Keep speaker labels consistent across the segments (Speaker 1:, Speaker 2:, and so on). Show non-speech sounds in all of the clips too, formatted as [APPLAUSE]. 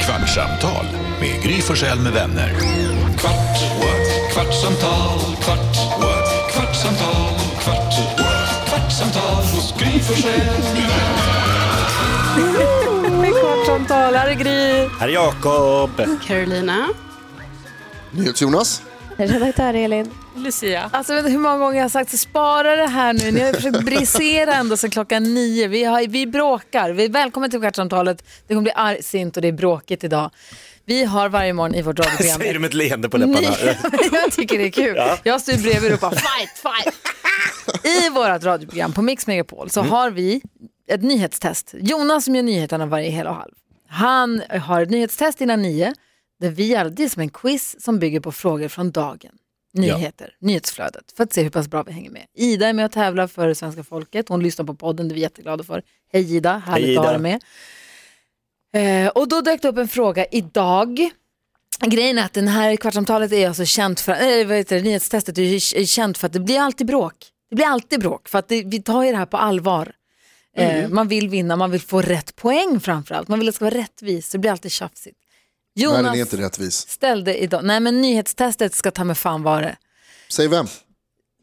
Speaker 1: Kvartsamtal med Gry Forssell med vänner. Kvart, what? kvartsamtal, kvart, what? kvartsamtal, kvart, what? kvartsamtal, Gry Forssell med vänner.
Speaker 2: Med Kvartsamtal, här är Gry.
Speaker 3: Här är Jakob.
Speaker 4: Carolina.
Speaker 5: Jonas?
Speaker 6: Redaktör Elin.
Speaker 2: Lucia.
Speaker 7: Alltså, jag vet inte hur många gånger jag har sagt spara det här nu. Ni har försökt brisera ända sedan klockan nio. Vi, har, vi bråkar. Vi är välkommen till Kvartsamtalet. Det kommer bli argsint och det är bråkigt idag. Vi har varje morgon i vårt radioprogram...
Speaker 3: [LAUGHS] [LAUGHS] Säger du med ett leende på läpparna.
Speaker 7: [LAUGHS] jag tycker det är kul. Jag står ju bredvid och ropar fight, fight. I vårt radioprogram på Mix Megapol så
Speaker 3: Mm.
Speaker 7: har vi ett nyhetstest. Jonas som gör nyheterna varje hel och halv. Han har ett nyhetstest innan nio. Där vi gör, det är som en quiz som bygger på frågor från dagen. Nyheter, nyhetsflödet, för att se hur pass bra vi hänger med. Ida är med och tävlar för svenska folket. Hon lyssnar på podden, det är vi jätteglada för. Hej Ida, härligt
Speaker 3: Hej,
Speaker 7: att ha
Speaker 3: Ida.
Speaker 7: dig med. Eh, och då dök det upp en fråga idag. Grejen är att den här kvartsamtalet är alltså känt för, eh, vad heter det, nyhetstestet är ju k- känt för att det blir alltid bråk. Det blir alltid bråk för att det, vi tar ju det här på allvar. Eh,
Speaker 5: Mm.
Speaker 7: Man vill vinna, man vill få rätt poäng framförallt. Man vill att det ska vara rättvist, så det blir alltid tjafsigt.
Speaker 5: Nej, den
Speaker 7: Jonas
Speaker 5: är inte rättvis.
Speaker 7: ställde idag, nej men nyhetstestet ska ta med fan vara det.
Speaker 5: Säg vem?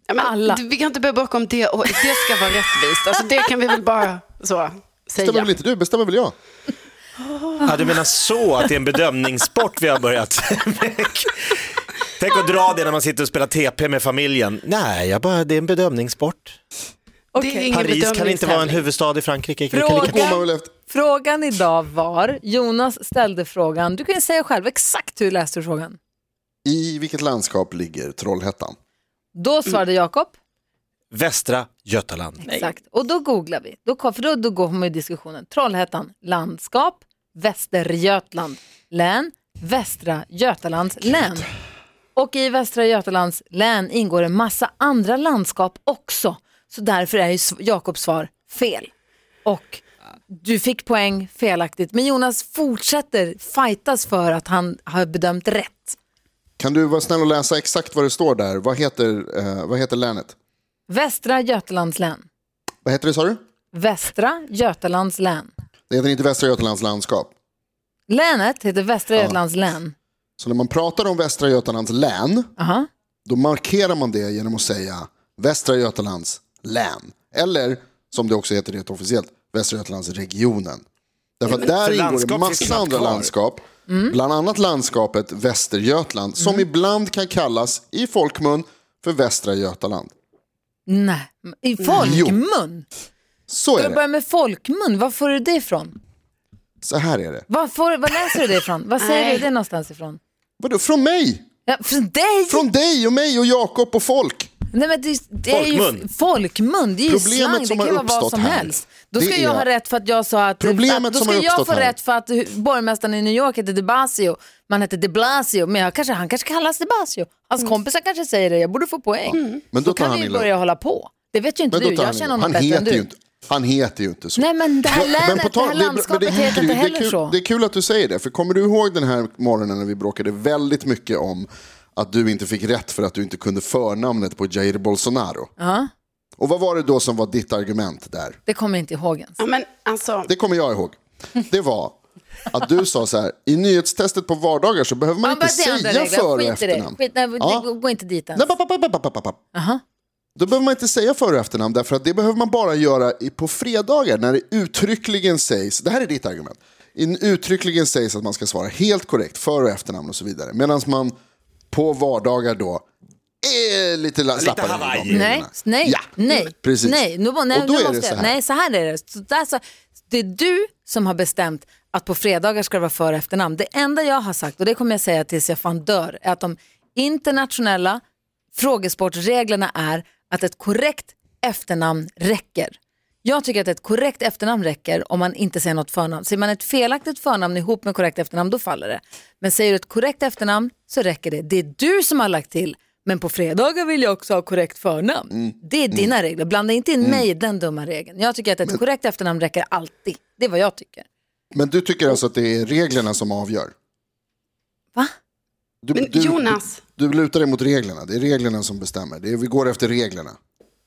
Speaker 4: Ja, men,
Speaker 7: Alla.
Speaker 4: d- Vi kan inte börja bråka om det och det ska vara rättvist. Alltså, det kan vi väl bara så säga.
Speaker 5: Bestämmer väl inte du, bestämmer väl jag?
Speaker 3: Ja, du menar så, att det är en bedömningssport vi har börjat med. Tänk att dra det när man sitter och spelar TP med familjen. Nej, jag bara, det är en bedömningssport.
Speaker 4: Det är ingen
Speaker 3: Paris kan inte vara en
Speaker 4: bedömningstävling.
Speaker 3: huvudstad i Frankrike. Kan-
Speaker 7: Fråga.
Speaker 3: kan-
Speaker 5: Går man väl efter?
Speaker 7: Frågan idag var, Jonas ställde frågan, du kan ju säga själv exakt hur läste du frågan.
Speaker 5: I vilket landskap ligger Trollhättan? Mm.
Speaker 7: Då svarade Jakob,
Speaker 3: Västra Götaland.
Speaker 7: exakt, och då googlar vi, då, kom- för då, då går man i diskussionen, Trollhättan, landskap, Västergötland, län, Västra Götalands län. Och i Västra Götalands län ingår en massa andra landskap också, så därför är ju sv- Jakobs svar fel. Och du fick poäng felaktigt, men Jonas fortsätter fightas för att han har bedömt rätt.
Speaker 5: Kan du vara snäll och läsa exakt vad det står där? Vad heter, eh, vad heter länet?
Speaker 7: Västra Götalands län.
Speaker 5: Vad heter det sa du?
Speaker 7: Västra Götalands län.
Speaker 5: Det heter inte Västra Götalands landskap.
Speaker 7: Länet heter Västra Götalands län.
Speaker 5: Så när man pratar om Västra Götalands län,
Speaker 7: Aha.
Speaker 5: då markerar man det genom att säga Västra Götalands län. Eller, som det också heter rent officiellt, Västra Götalandsregionen. Därför att där
Speaker 3: för
Speaker 5: ingår det
Speaker 3: landskap finns
Speaker 5: massa
Speaker 3: knappt
Speaker 5: andra
Speaker 3: kvar. Mm.
Speaker 5: landskap, bland annat landskapet Västergötland, som ibland kan kallas i folkmun för Västra Götaland.
Speaker 7: Nej, i
Speaker 5: Mm.
Speaker 7: folkmun.
Speaker 5: Så
Speaker 7: Ska
Speaker 5: är
Speaker 7: du
Speaker 5: det.
Speaker 7: börja med folkmun? Var får du det ifrån?
Speaker 5: Så här är det.
Speaker 7: Var, får, var läser du det ifrån? Var säger
Speaker 4: Nej.
Speaker 7: du det någonstans ifrån?
Speaker 5: Vadå, från mig?
Speaker 7: Ja, från dig?
Speaker 5: Från dig och mig och Jakob och folk.
Speaker 7: Nej, men det, det är ju
Speaker 3: Folkmun.
Speaker 7: folkmun, det är ju
Speaker 5: Problemet
Speaker 7: slang, det
Speaker 5: som
Speaker 7: kan ju
Speaker 5: har
Speaker 7: vara vad
Speaker 5: uppstått
Speaker 7: som
Speaker 5: här,
Speaker 7: helst. Då
Speaker 5: det
Speaker 7: ska jag
Speaker 5: är-
Speaker 7: ha rätt för att jag sa att...
Speaker 5: Problemet
Speaker 7: att då
Speaker 5: som
Speaker 7: ska
Speaker 5: har
Speaker 7: jag
Speaker 5: uppstått
Speaker 7: få
Speaker 5: här.
Speaker 7: rätt för att hu- borgmästaren i New York heter de Blasio, man heter de Blasio, men jag kanske, han kanske kallas de Blasio. Hans kompisar kanske säger det, jag borde få poäng.
Speaker 5: Mm. Men då tar
Speaker 7: kan
Speaker 5: han
Speaker 7: vi ju
Speaker 5: illa
Speaker 7: börja hålla på. Det vet ju inte
Speaker 5: Men då
Speaker 7: du,
Speaker 5: tar
Speaker 7: jag
Speaker 5: han
Speaker 7: känner
Speaker 5: illa.
Speaker 7: honom
Speaker 5: Han
Speaker 7: bättre än
Speaker 5: heter
Speaker 7: du.
Speaker 5: ju inte- Han heter ju inte så.
Speaker 7: Nej men det här länet,
Speaker 5: på tal-
Speaker 7: det här
Speaker 5: är bra-
Speaker 7: landskapet
Speaker 5: men det-
Speaker 7: heter inte
Speaker 5: det är
Speaker 7: heller
Speaker 5: kul,
Speaker 7: så.
Speaker 5: Det är kul att du säger det, för kommer du ihåg den här morgonen när vi bråkade väldigt mycket om att du inte fick rätt för att du inte kunde förnamnet på Jair Bolsonaro?
Speaker 7: Ja,
Speaker 5: Och vad var det då som var ditt argument där?
Speaker 7: det kommer jag inte ihåg ens.
Speaker 4: Ja, men alltså,
Speaker 5: Det kommer jag ihåg. Det var att du sa så här, i nyhetstestet på vardagar så behöver man
Speaker 7: Ja,
Speaker 5: inte
Speaker 7: men det är andra
Speaker 5: säga
Speaker 7: regler.
Speaker 5: för och
Speaker 7: Skit i det.
Speaker 5: efternamn.
Speaker 7: Skit, nej,
Speaker 5: Ja.
Speaker 7: gå- Gå inte dit ens.
Speaker 5: Nej, papp, papp, papp, papp, papp, papp.
Speaker 7: Aha.
Speaker 5: Då behöver man inte säga för och efternamn, därför att det behöver man bara göra i, på fredagar när det uttryckligen sägs, det här är ditt argument, in, uttryckligen sägs att man ska svara helt korrekt, för och efternamn och så vidare. Medan man på vardagar då är lite la- slappare i de
Speaker 3: Hawaii.
Speaker 5: reglerna.
Speaker 7: Nej, nej,
Speaker 5: Ja,
Speaker 7: nej,
Speaker 5: precis.
Speaker 7: nej. Nu, nej,
Speaker 5: och då
Speaker 7: nu
Speaker 5: är
Speaker 7: måste
Speaker 5: det så
Speaker 7: jag,
Speaker 5: här.
Speaker 7: nej, så här är det. Så där, så, det är du som har bestämt att på fredagar ska det vara för och efternamn. Det enda jag har sagt, och det kommer jag säga tills jag fan dör, är att de internationella frågesportreglerna är att ett korrekt efternamn räcker. Jag tycker att ett korrekt efternamn räcker om man inte säger något förnamn. Säger man ett felaktigt förnamn ihop med korrekt efternamn, då faller det. Men säger du ett korrekt efternamn så räcker det. Det är du som har lagt till, men på fredagar vill jag också ha korrekt förnamn.
Speaker 5: Mm.
Speaker 7: Det är dina regler. Blanda inte in mig i den dumma regeln. Jag tycker att ett korrekt efternamn räcker alltid. Det är vad jag tycker.
Speaker 5: Men du tycker alltså att det är reglerna som avgör?
Speaker 7: Va?
Speaker 5: Du,
Speaker 4: men
Speaker 5: du,
Speaker 4: Jonas,
Speaker 5: du lutar dig mot reglerna, det är reglerna som bestämmer. Det är, vi går efter reglerna.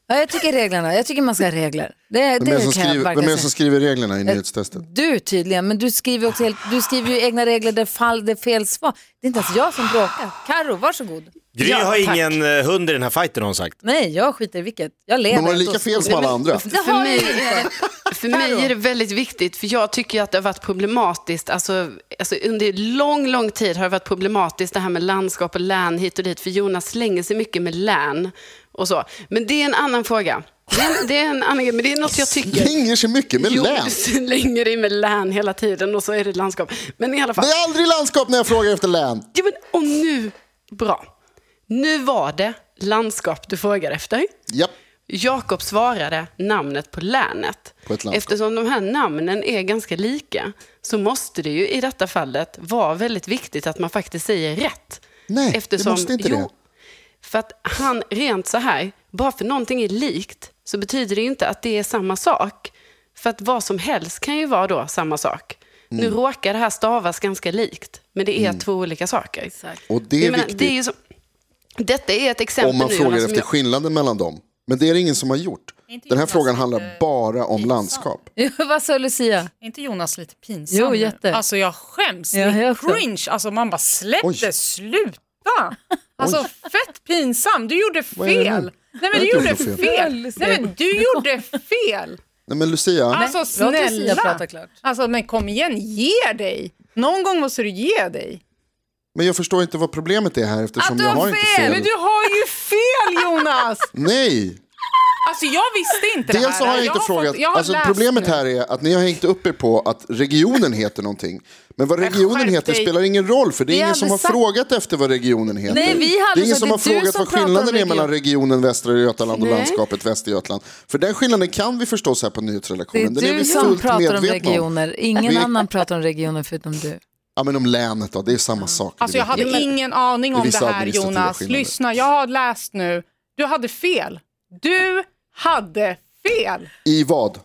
Speaker 7: Ja, jag tycker reglerna. Jag tycker man ska ha regler. Det,
Speaker 5: Vem är
Speaker 7: det
Speaker 5: det som
Speaker 7: kan jag verkligen
Speaker 5: skriver, vem är det
Speaker 7: säga.
Speaker 5: som skriver reglerna i nyhetstestet?
Speaker 7: Du tydligen, men du skriver ju, också helt, du skriver ju egna regler där fall det är fel svar. Det är inte ens jag som bråkar. Karo, varsågod.
Speaker 3: Gry
Speaker 4: Ja,
Speaker 3: har
Speaker 4: tack.
Speaker 3: ingen eh, hund i den här fighten har hon sagt.
Speaker 7: Nej, jag skiter i vilket. Jag lever.
Speaker 5: De har
Speaker 7: ändå.
Speaker 5: lika fel som alla andra.
Speaker 7: [LAUGHS] Det
Speaker 4: För
Speaker 7: har jag
Speaker 4: mig-
Speaker 7: inte.
Speaker 3: [LAUGHS]
Speaker 4: För mig är det väldigt viktigt, för jag tycker att det har varit problematiskt. Alltså, alltså under lång, lång tid har det varit problematiskt det här med landskap och län hit och dit, för Jonas slänger sig mycket med län och så. Men det är en annan fråga. Det är en, det är en annan grej, men det är något jag tycker.
Speaker 5: Hänger sig mycket med
Speaker 4: Jo,
Speaker 5: län.
Speaker 4: du slänger dig med län hela tiden och så är det landskap. Men i alla fall.
Speaker 5: Det är aldrig landskap när jag frågar efter län.
Speaker 4: Ja, men, och nu, bra. Nu var det landskap du frågade efter.
Speaker 5: Japp.
Speaker 4: Jakob svarade namnet på länet.
Speaker 5: På ett landskap.
Speaker 4: Eftersom de här namnen är ganska lika så måste det ju i detta fallet vara väldigt viktigt att man faktiskt säger rätt.
Speaker 5: Nej, det måste inte det.
Speaker 4: För att han rent så här, bara för någonting är likt så betyder det ju inte att det är samma sak. För att vad som helst kan ju vara då samma sak.
Speaker 5: Mm.
Speaker 4: Nu råkar det här stavas ganska likt, men det är två olika saker.
Speaker 5: Och Mm. det är
Speaker 4: Jag menar,
Speaker 5: viktigt
Speaker 4: det är ju så, detta är ett exempel
Speaker 5: om man
Speaker 4: nu, alltså,
Speaker 5: frågar
Speaker 4: Jonas, som
Speaker 5: efter
Speaker 4: jag-
Speaker 5: skillnaden mellan dem. Men det är det ingen som har gjort. Den här frågan handlar bara om landskap.
Speaker 7: Ja, [LAUGHS] Vad sa Lucia?
Speaker 2: Är inte Jonas lite pinsam
Speaker 7: Jo,
Speaker 2: nu?
Speaker 7: jätte.
Speaker 2: Alltså jag skäms,
Speaker 7: Ja,
Speaker 2: det är
Speaker 7: jag också.
Speaker 2: cringe. Alltså man bara släpp
Speaker 5: Oj.
Speaker 7: [LAUGHS]
Speaker 2: det, sluta. Alltså fett pinsam, du gjorde
Speaker 5: är det
Speaker 2: fel.
Speaker 5: nu?
Speaker 2: Nej men du
Speaker 5: Jag har
Speaker 2: gjorde
Speaker 5: inte gjort något
Speaker 2: fel. Nej men du gjorde fel.
Speaker 7: [LAUGHS]
Speaker 5: Nej men Lucia,
Speaker 2: Alltså
Speaker 7: låt oss Sia prata
Speaker 2: snälla.
Speaker 7: klart.
Speaker 2: Alltså men kom igen, ge dig. Någon gång måste du ge dig.
Speaker 5: men jag förstår inte vad problemet är här eftersom jag har inte
Speaker 2: Men
Speaker 5: fel.
Speaker 2: du har ju fel Jonas.
Speaker 5: Nej,
Speaker 2: Alltså jag visste inte det här.
Speaker 5: dels så har jag inte
Speaker 2: fått-
Speaker 5: frågat.
Speaker 2: jag har
Speaker 5: alltså,
Speaker 2: läst
Speaker 5: problemet
Speaker 2: nu.
Speaker 5: här är att ni har hängt upp er på att regionen heter någonting. Men vad regionen
Speaker 2: skärp
Speaker 5: heter
Speaker 2: dig.
Speaker 5: spelar ingen roll för det är
Speaker 7: Vi har
Speaker 5: ingen som
Speaker 7: aldrig
Speaker 5: har
Speaker 7: sagt-
Speaker 5: frågat efter vad regionen heter.
Speaker 7: Nej, vi har
Speaker 5: det är
Speaker 7: aldrig
Speaker 5: ingen
Speaker 7: sagt-
Speaker 5: som har
Speaker 7: det är du
Speaker 5: frågat
Speaker 7: som
Speaker 5: vad
Speaker 7: pratar om
Speaker 5: skillnaden är
Speaker 7: region.
Speaker 5: mellan regionen Västra Götaland och
Speaker 4: Nej.
Speaker 5: landskapet Västergötland. För den skillnaden kan vi förstås här på
Speaker 7: Det är
Speaker 5: nyhetsredaktionen. Den är vi
Speaker 7: du som
Speaker 5: fullt
Speaker 7: pratar om
Speaker 5: medvetna om.
Speaker 7: regioner. Ingen
Speaker 5: Vi-
Speaker 7: annan pratar om regioner förutom du.
Speaker 5: Ja, men om länet då, det är samma sak.
Speaker 2: Alltså
Speaker 5: Det
Speaker 2: jag
Speaker 5: vet
Speaker 2: hade ingen aning
Speaker 5: Det är
Speaker 2: om
Speaker 5: vissa
Speaker 2: det här
Speaker 5: administrativa
Speaker 2: Jonas.
Speaker 5: skillnader.
Speaker 2: Lyssna, jag har läst nu. Du hade fel. Du hade fel.
Speaker 5: I vad?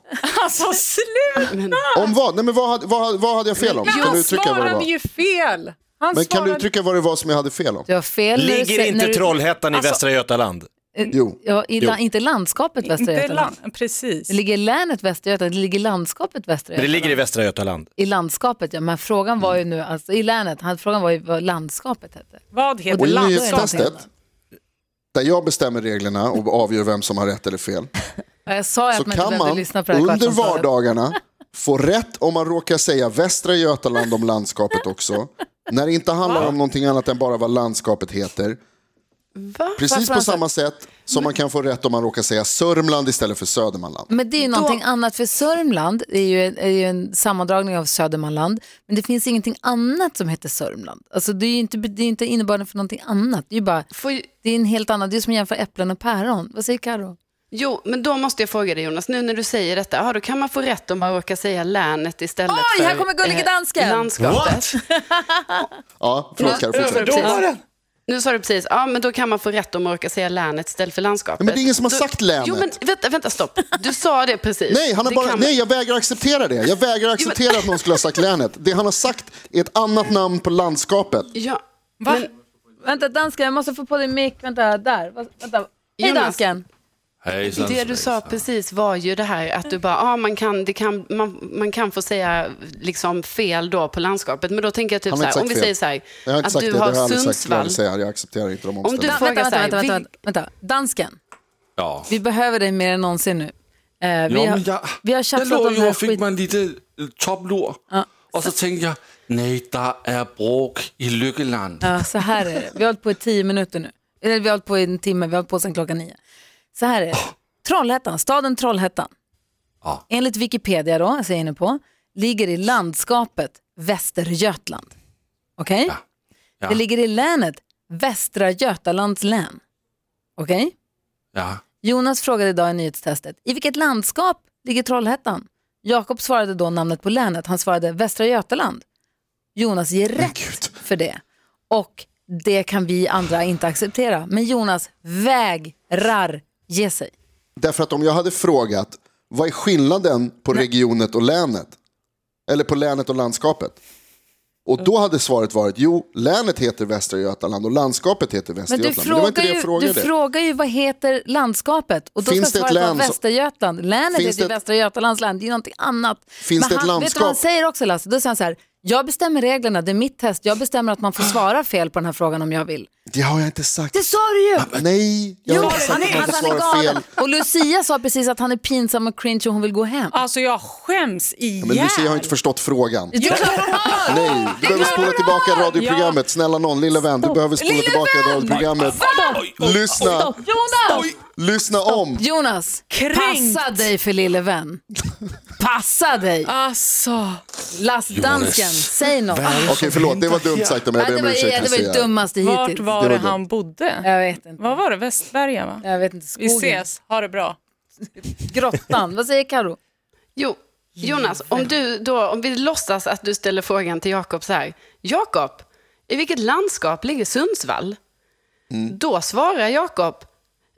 Speaker 2: Alltså sluta!
Speaker 4: Men,
Speaker 5: Om vad? Nej, men vad, hade, vad, hade- vad hade jag fel om? Kan
Speaker 2: Han
Speaker 5: du uttrycka vad det
Speaker 2: svarade
Speaker 5: var?
Speaker 2: ju fel. Han
Speaker 5: Men kan
Speaker 2: svarade...
Speaker 5: du uttrycka vad det var som jag hade fel om?
Speaker 7: Du har fel. när du
Speaker 3: Ligger
Speaker 7: sä- när
Speaker 3: inte
Speaker 7: du-
Speaker 3: Trollhättan i
Speaker 2: Alltså-
Speaker 3: Västra Götaland?
Speaker 5: Jo.
Speaker 7: Ja, i,
Speaker 3: Jo.
Speaker 7: la- inte landskapet Västra
Speaker 2: Inte
Speaker 7: Götaland.
Speaker 2: land, precis.
Speaker 7: Det ligger i länet Västra Götaland, det ligger i landskapet Västra
Speaker 3: Men det
Speaker 7: Götaland.
Speaker 3: ligger Mm. i Västra Götaland.
Speaker 7: I landskapet, ja. Men frågan var ju nu, alltså, i länet, han- frågan var ju vad landskapet hette.
Speaker 2: Vad heter
Speaker 5: Och i
Speaker 2: landskapet?
Speaker 5: nyhetstestet, där jag bestämmer reglerna och avgör vem som har rätt eller fel,
Speaker 7: Ja, Jag sa ju
Speaker 5: så
Speaker 7: att man inte
Speaker 5: kan
Speaker 7: behövde
Speaker 5: man
Speaker 7: lyssna på det här
Speaker 5: under
Speaker 7: kvartsamtalet.
Speaker 5: vardagarna få rätt om man råkar säga Västra Götaland om landskapet också. När det inte handlar om någonting annat än bara vad landskapet heter.
Speaker 4: va?
Speaker 5: Precis på
Speaker 7: Varför
Speaker 5: samma sätt som man kan få rätt om man råkar säga Sörmland istället för Södermanland.
Speaker 7: Men det är ju någonting annat, för Sörmland är ju, en, är ju en sammandragning av Södermanland, men det finns ingenting annat som heter Sörmland. Alltså det är ju inte, det är inte innebörden för någonting annat, det är ju bara,
Speaker 4: Får ju,
Speaker 7: det är en helt annan, det är som att jämföra äpplen och päron. Vad säger Karo?
Speaker 4: Jo, men då måste jag fråga dig Jonas, nu när du säger detta, ja, då kan man få rätt om man råkar säga länet istället
Speaker 7: Oj,
Speaker 4: för eh,
Speaker 7: här kommer gullige dansken!
Speaker 4: landskapet.
Speaker 5: Ja, förlåt Karin,
Speaker 4: Nu sa
Speaker 5: fortsätt.
Speaker 4: du precis- Nu sa du precis, ja men då kan man få rätt om man råkar säga länet istället för landskapet.
Speaker 5: Men det är ingen som har
Speaker 4: Då-
Speaker 5: sagt länet.
Speaker 4: Jo men vänta, vänta, stopp. Du sa det precis.
Speaker 5: Nej, han har
Speaker 4: Det
Speaker 5: bara,
Speaker 4: kan man-
Speaker 5: nej, jag vägrar acceptera det. Jag vägrar acceptera att någon skulle ha sagt länet. Det han har sagt är ett annat namn på landskapet.
Speaker 4: Ja,
Speaker 2: Va?
Speaker 7: Vänta dansken, jag måste få på din mick, vänta, där, vänta. Hej
Speaker 4: Jonas.
Speaker 7: dansken!
Speaker 6: Hejsan
Speaker 4: det du sa
Speaker 6: svejsan.
Speaker 4: precis var ju det här att du bara, ja man kan, det kan, man, man kan få säga liksom fel då på landskapet. Men då tänker jag typ
Speaker 5: Han
Speaker 4: så
Speaker 5: har
Speaker 4: här, om
Speaker 5: inte
Speaker 4: vi
Speaker 5: sagt
Speaker 4: säger
Speaker 5: fel.
Speaker 4: så här,
Speaker 5: Jag har inte
Speaker 4: att
Speaker 5: sagt
Speaker 4: du
Speaker 5: det, det
Speaker 4: har
Speaker 5: jag aldrig sagt. Jag,
Speaker 4: Sundsvall.
Speaker 5: aldrig säga. jag accepterar inte de
Speaker 4: du
Speaker 5: omständigheterna.
Speaker 4: får-
Speaker 7: Vänta,
Speaker 4: Fråga
Speaker 7: vänta,
Speaker 4: så här,
Speaker 7: vänta,
Speaker 4: vil-
Speaker 7: vänta, vänta, vänta. Dansken,
Speaker 6: Ja.
Speaker 7: vi behöver dig mer än någonsin nu. Eh, vi,
Speaker 6: Jo,
Speaker 7: har,
Speaker 6: men jag,
Speaker 7: vi har
Speaker 6: jag
Speaker 7: tjafsat om
Speaker 6: lå
Speaker 7: den
Speaker 6: ju
Speaker 7: här
Speaker 6: och fick
Speaker 7: skiten.
Speaker 6: mig en liten eh, topplur. Och så tänkte jag, nej, där är bråk i Lyckeland.
Speaker 7: Ja, så här är det. Vi har hållit på i tio minuter nu. Eller vi har hållit på i en timme, vi har hållit på sedan klockan nio. Så här är det. Trollhättan, staden Trollhättan.
Speaker 6: Ja.
Speaker 7: Enligt Wikipedia då, alltså jag är inne på, ligger i landskapet Västergötland. Okej?
Speaker 6: Ja.
Speaker 7: Det ligger i länet Västra Götalands län. Okej?
Speaker 6: Ja.
Speaker 7: Jonas frågade idag i nyhetstestet, i vilket landskap ligger Trollhättan? Jakob svarade då namnet på länet, han svarade Västra Götaland. Jonas ger rätt för det. Och det kan vi andra inte acceptera. Men Jonas vägrar ge sig.
Speaker 5: Därför att om jag hade frågat, vad är skillnaden på regionet och länet? Eller på länet och landskapet? Och då hade svaret varit, jo, länet heter Västra Götaland och landskapet heter
Speaker 7: Men du
Speaker 5: Västergötland. Men det var
Speaker 7: frågar,
Speaker 5: inte det
Speaker 7: ju,
Speaker 5: jag
Speaker 7: du
Speaker 5: frågade.
Speaker 7: frågar ju vad heter landskapet och då
Speaker 5: Finns
Speaker 7: ska
Speaker 5: det ett
Speaker 7: svaret vara
Speaker 5: län som-
Speaker 7: Västergötland. Länet
Speaker 5: Finns
Speaker 7: heter ju
Speaker 5: det ett-
Speaker 7: Västra Götalands län, det är ju någonting annat.
Speaker 5: Finns
Speaker 7: Men
Speaker 5: det ett
Speaker 7: han, Vet du vad han
Speaker 5: landskap?
Speaker 7: säger också Lasse? Då säger han så här, jag bestämmer reglerna, det är mitt test, jag bestämmer att man får svara fel på den här frågan om jag vill.
Speaker 5: Det har jag inte sagt.
Speaker 7: Det sa du ju!
Speaker 5: Nej, jag har
Speaker 7: Jo,
Speaker 5: inte sagt
Speaker 7: han
Speaker 5: att
Speaker 7: är,
Speaker 5: man får
Speaker 7: alltså, han
Speaker 5: svara
Speaker 7: är
Speaker 5: fel.
Speaker 7: galen. Och Lucia sa precis att han är pinsam och cringe och hon vill gå hem.
Speaker 2: Alltså jag skäms ihjäl.
Speaker 5: Men Lucia har inte förstått frågan.
Speaker 7: Det är klart hon har.
Speaker 5: Nej, du behöver spola tillbaka radioprogrammet. Snälla någon, lilla vän, du behöver spola
Speaker 7: Lille
Speaker 5: tillbaka
Speaker 7: vän!
Speaker 5: radioprogrammet. Lyssna,
Speaker 7: Jonas!
Speaker 5: lyssna om.
Speaker 7: Jonas,
Speaker 2: Kränkt.
Speaker 7: passa dig för lille vän. Passa dig.
Speaker 2: Alltså.
Speaker 7: Lastdansken, säg något.
Speaker 5: Okej, förlåt, det var dumt sagt om jag
Speaker 7: Nej,
Speaker 5: ber
Speaker 7: det
Speaker 5: om
Speaker 7: var, ja,
Speaker 5: ursäkt.
Speaker 7: det var ju
Speaker 5: Lucia.
Speaker 7: dummaste
Speaker 2: Vart
Speaker 7: hittills.
Speaker 2: var
Speaker 5: Det
Speaker 2: det
Speaker 5: var dumt.
Speaker 2: han bodde?
Speaker 7: Jag vet inte.
Speaker 2: Vad var det? Västberga va?
Speaker 7: Jag vet inte.
Speaker 2: Vi
Speaker 7: Skogen.
Speaker 2: ses, ha det bra.
Speaker 7: Grottan. Vad säger Karo?
Speaker 4: Jo, Jonas, om, du då, om vi låtsas att du ställer frågan till Jakob så här. Jakob, i vilket landskap ligger Sundsvall? Då svarar Jakob,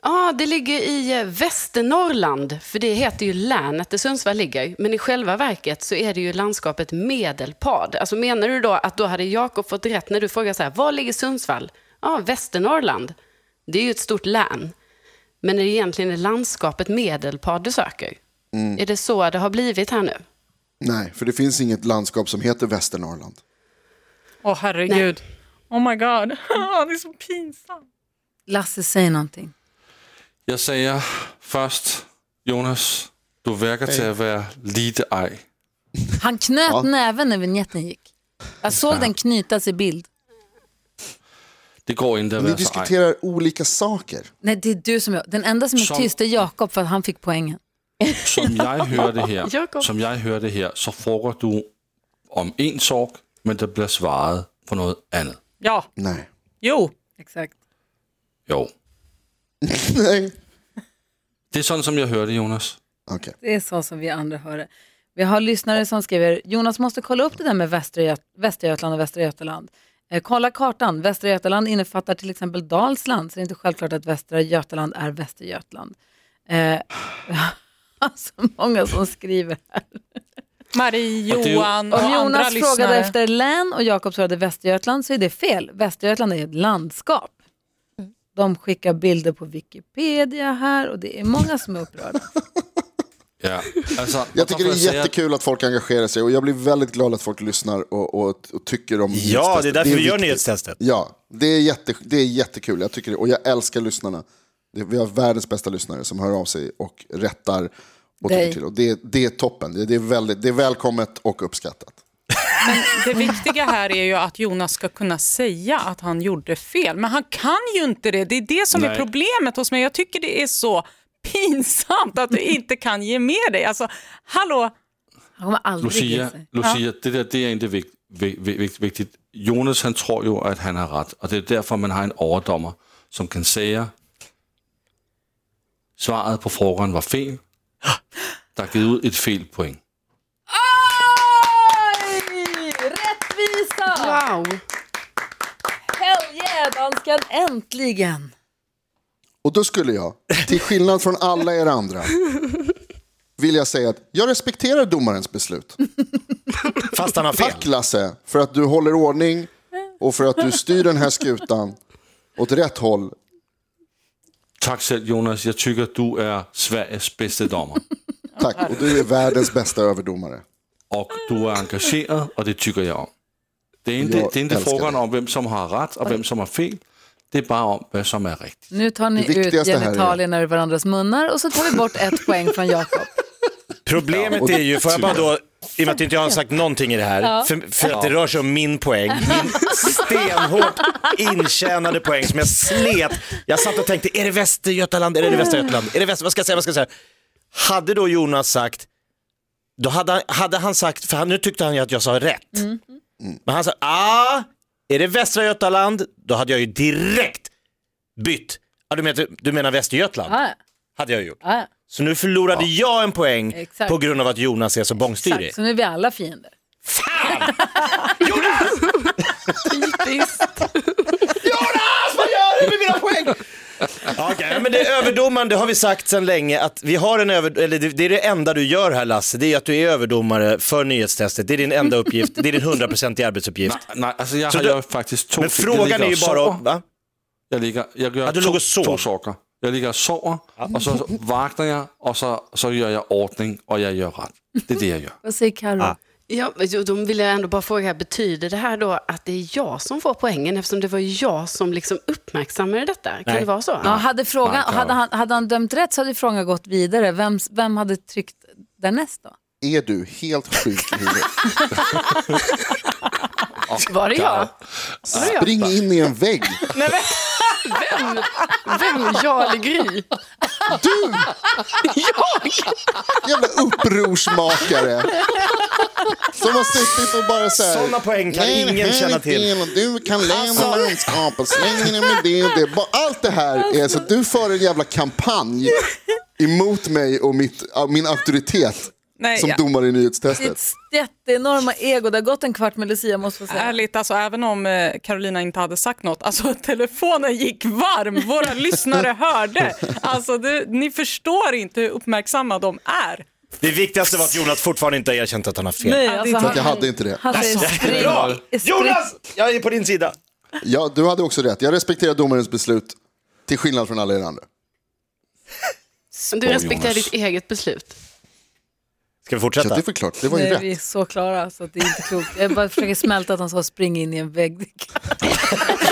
Speaker 4: ja, det ligger i eh, Västernorrland, för det heter ju länet där Sundsvall ligger. Men i själva verket så är det ju landskapet Medelpad. Alltså menar du då att då hade Jakob fått rätt när du frågar så här, var ligger Sundsvall? Ja, Västernorrland. Det är ju ett stort län. Men är det egentligen är landskapet Medelpad du söker?
Speaker 3: Mm.
Speaker 4: Är det så det har blivit här nu?
Speaker 5: Nej, för det finns inget landskap som heter Västernorrland.
Speaker 2: Åh herregud. Oh my god. [LAUGHS] det är så pinsamt.
Speaker 7: Lasse, säg någonting.
Speaker 6: Jeg sagde først, Jonas, du virker til at være lite ej.
Speaker 7: Han knöt näven när vignetten gick. Jag såg den knytas i bild.
Speaker 6: Det går inte at
Speaker 5: Ni
Speaker 6: være så ej.
Speaker 5: diskuterar olika saker.
Speaker 7: Nej, det är du som jag. Den enda som är
Speaker 6: Som-
Speaker 7: tyst är Jakob för att han fick poängen.
Speaker 6: Som jeg hører
Speaker 7: [LAUGHS]
Speaker 6: det her,
Speaker 4: Jakob.
Speaker 6: som jeg hører det her, så frågar du om en sorg, men der bliver svaret på noget andet.
Speaker 2: Ja,
Speaker 5: Nej. [LAUGHS]
Speaker 2: jo.
Speaker 7: Exakt.
Speaker 6: Jo.
Speaker 5: Nej.
Speaker 6: Det er sådan, som jeg hører det, Jonas.
Speaker 5: Okej.
Speaker 7: Det är så som vi andra hör det. Vi har lyssnare som skriver, Jonas måste kolla upp det där med Västra, Göt- Västra Götaland och Västra Götaland. Eh, kolla kartan, Västra Götaland innefattar till exempel Dalsland, så det är inte självklart att Västra Götaland är Västra Götaland. Eh, [LAUGHS] så många som skriver.
Speaker 2: Marie,
Speaker 6: Och du-
Speaker 2: Johan och
Speaker 7: Om
Speaker 2: andra
Speaker 7: Jonas frågade
Speaker 2: lyssnare.
Speaker 7: efter län och Jakob svarade Västergötland så är det fel. Västergötland är ett landskap.
Speaker 2: Mm.
Speaker 7: De skickar bilder på Wikipedia här och det är många som är
Speaker 6: [LAUGHS]
Speaker 7: upprörda.
Speaker 6: Ja. Altså,
Speaker 5: Jag tycker det
Speaker 6: hvorfor
Speaker 5: är
Speaker 6: jeg
Speaker 5: jättekul att folk engagerar sig och jag blir väldigt glad att folk lyssnar och, och, och tycker om
Speaker 3: Ja, det är
Speaker 5: nyhetstestet.
Speaker 3: därför vi gör
Speaker 5: viktigt.
Speaker 3: nyhetstestet.
Speaker 5: Ja, det är, jätte, det är jättekul. Jag tycker det, och jag älskar lyssnarna. Det- Vi har världens bästa lyssnare som hör av sig och rättar och
Speaker 7: Dig.
Speaker 5: tycker till. Och det, det är toppen. Det, det, är väldigt, det är välkommet och uppskattat.
Speaker 2: Det viktiga här är ju att Jonas ska kunna säga att han gjorde fel. Men han kan ju inte det. Det är det som är
Speaker 6: Nej.
Speaker 2: problemet hos mig. Jag tycker det är så
Speaker 7: [LAUGHS]
Speaker 2: pinsamt att du inte kan ge med dig. Alltså, hallå,
Speaker 7: Han kommer aldrig ge
Speaker 6: Lucia,
Speaker 7: sig.
Speaker 6: Lucia det der det er egentlig vigt, vigt, vigt, vigtigt. Jonas han tror jo, at han har ret, og det er derfor, man har en overdommer, som kan sige, svaret på frågan var fel. Der er givet ud et fel point.
Speaker 7: Oj! Rättvisa!
Speaker 4: Wow!
Speaker 7: Hell yeah, dansken! Äntligen!
Speaker 5: Och då skulle jag, till skillnad från alla er andra, vilja säga att jag respekterar domarens beslut.
Speaker 3: Fast han har fel.
Speaker 5: Tack Lasse för att du håller ordning och för att du styr den här skutan åt rätt håll.
Speaker 6: Tak selv, Jonas. Jeg tykker, du er Sveriges bedste dommer.
Speaker 5: Tack. Och du är världens bästa överdomare.
Speaker 6: Og du er engageret, og det tykker jeg om. Det er ikke,
Speaker 5: Jeg
Speaker 6: det er ikke
Speaker 5: elsker
Speaker 6: frågan
Speaker 5: det.
Speaker 6: om, hvem som har ret og hvem som har fel. Det er bare om, hvad som er rigtigt.
Speaker 7: Nu tar ni
Speaker 5: Det
Speaker 7: ut
Speaker 5: viktigaste här är-
Speaker 7: genitalierna ur varandras munnar och så tar vi bort
Speaker 5: [LAUGHS]
Speaker 7: ett poäng från Jakob.
Speaker 3: Problemet är ju, får jag bara då, i och med att inte jag har sagt någonting i det här, för, för att det rör sig om min poäng, min stenhårt intjänade poäng som jag slet. Jag satt och tänkte, är det Västergötaland, är det Västergötaland, är det Väster, vad ska jag säga, vad ska jag säga? Hade då Jonas sagt, då hade han, hade han sagt, för han, nu tyckte han ju att jag sa rätt, men han sa, ah, är det Västra Götaland, då hade jag ju direkt bytt, ah, du, menar, du menar Västergötland,
Speaker 7: Ja,
Speaker 3: hade jag gjort.
Speaker 7: ja,
Speaker 3: Så nu förlorade jag en poäng
Speaker 7: Ah. Exakt.
Speaker 3: på grund av att Jonas är så bångstyrig.
Speaker 7: exakt. Så nu är vi alla fiender.
Speaker 4: Typiskt.
Speaker 3: Jonas, vad gör du med mina poäng? Ja, okej. Ja, men det är överdomaren, det har vi sagt sedan länge att vi har en över, eller det, det är det enda du gör här Lasse, det är att du är överdomare för nyhetstestet. Det är din enda uppgift, det är din hundraprocentiga arbetsupgift.
Speaker 6: Nej, altså jeg
Speaker 3: Så
Speaker 6: har
Speaker 3: du-
Speaker 6: gjort faktisk to
Speaker 3: Men
Speaker 6: ting. Jeg ligger
Speaker 3: frågan är
Speaker 6: og
Speaker 3: ju bara,
Speaker 6: sover.
Speaker 3: om- va?
Speaker 6: Jeg ligger, jeg gør
Speaker 3: Ah, du
Speaker 6: to,
Speaker 3: lå og sov.
Speaker 6: to sokker. Jeg ligger og sover, og så vågner jeg, og så, så gør jeg ordning, og jeg gør ret. Det er det, jeg gør.
Speaker 7: Vad säger Carro?
Speaker 4: [LAUGHS]
Speaker 2: Ah,
Speaker 4: Ja, jo, då vill jag ändå bara fråga, betyder det här då att det är jag som får poängen eftersom det var jag som liksom uppmärksammade detta? Kan
Speaker 3: Nej.
Speaker 4: det vara så?
Speaker 2: ah.
Speaker 7: Ja, hade, frågan,
Speaker 6: Carro.
Speaker 7: hade, han, hade han dömt rätt så hade frågan gått vidare. Vem, vem hade tryckt därnäst då?
Speaker 5: Är du helt sjuk i huvudet?
Speaker 4: Var det jag? Var det jag?
Speaker 5: Spring in i en vägg.
Speaker 4: Vem? [LAUGHS] Vem? Jag eller Gry?
Speaker 5: Jävla upprorsmakare. Som har suttit och bara så här.
Speaker 3: Såna poäng kan
Speaker 5: "Nej, det
Speaker 3: ingen
Speaker 5: här är
Speaker 3: känna till." Alltså.
Speaker 5: fel och Du kan lämna landskapet, släng dig med det och det. Bara Allt det här är så att du för en jävla kampanj emot mig och mitt, min auktoritet
Speaker 2: Nej,
Speaker 5: som
Speaker 2: ja.
Speaker 5: domare i
Speaker 7: Ditt
Speaker 5: nyhetstestet.
Speaker 7: jätteenorma ego. Det har gått en kvart med Lucia måste jag säga.
Speaker 2: Ärligt, alltså, även om eh, Carolina inte hade sagt något, alltså [LAUGHS] telefonen gick varm. Våra lyssnare hörde.
Speaker 7: [LAUGHS]
Speaker 2: Alltså, det, ni förstår inte hur uppmärksamma de är.
Speaker 3: Det viktigaste var att Jonas fortfarande inte har erkänt att han har fel.
Speaker 7: Nej,
Speaker 2: Ja, det är
Speaker 7: alltså,
Speaker 5: För att jag
Speaker 7: han-
Speaker 5: hade inte det.
Speaker 7: Han säger
Speaker 2: Alltså,
Speaker 7: spring.
Speaker 3: Bra!
Speaker 7: spring-
Speaker 3: Jonas! Jag är på din sida.
Speaker 5: Ja, du hade också rätt. Jag respekterar domarens beslut. Till skillnad från alla er andra.
Speaker 4: Du respekterar
Speaker 6: Jonas.
Speaker 4: ditt eget beslut.
Speaker 3: Ska vi
Speaker 5: Så att
Speaker 3: fortsätta?
Speaker 5: det är väl klart, det var ju
Speaker 7: Nej, vi
Speaker 5: rätt.
Speaker 7: är så klara så att det är inte klokt. Jag bara försöker smälta att han sa spring in i en vägg.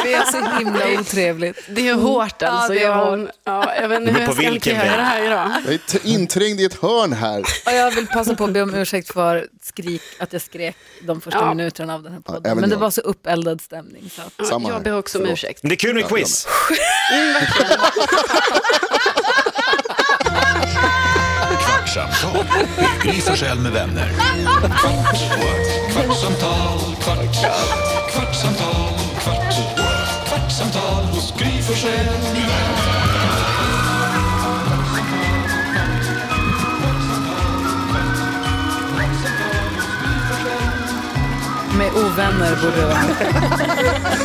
Speaker 7: Det är så himla otrevligt.
Speaker 4: Det är hårt
Speaker 7: Ja,
Speaker 4: alltså.
Speaker 7: det är
Speaker 4: jag,
Speaker 7: hårt.
Speaker 4: Ja, jag vet inte
Speaker 3: Men
Speaker 4: hur
Speaker 3: på
Speaker 4: jag ska
Speaker 3: vilken
Speaker 4: hantera
Speaker 3: väg?
Speaker 4: det här idag.
Speaker 5: Jag är t- inträngd i ett hörn här.
Speaker 7: Och jag vill passa på att be om ursäkt för skrik, att jag skrek de första
Speaker 4: Ja.
Speaker 7: minuterna av den här podden.
Speaker 5: Ja, även
Speaker 7: Men det
Speaker 5: jag.
Speaker 7: var så uppeldad stämning. Så att...
Speaker 4: Ja,
Speaker 5: Samma här.
Speaker 4: jag ber också om
Speaker 5: Förlåt.
Speaker 4: ursäkt.
Speaker 3: Men
Speaker 4: Mm,
Speaker 3: det är kul med quiz.
Speaker 1: Kvartsamtal med Gry Forssell med vänner. Kvart, what? kvartsamtal, kvart, what? kvartsamtal, kvart, what? kvartsamtal hos Gry Forssell med vänner.
Speaker 7: Med ovänner borde det vara.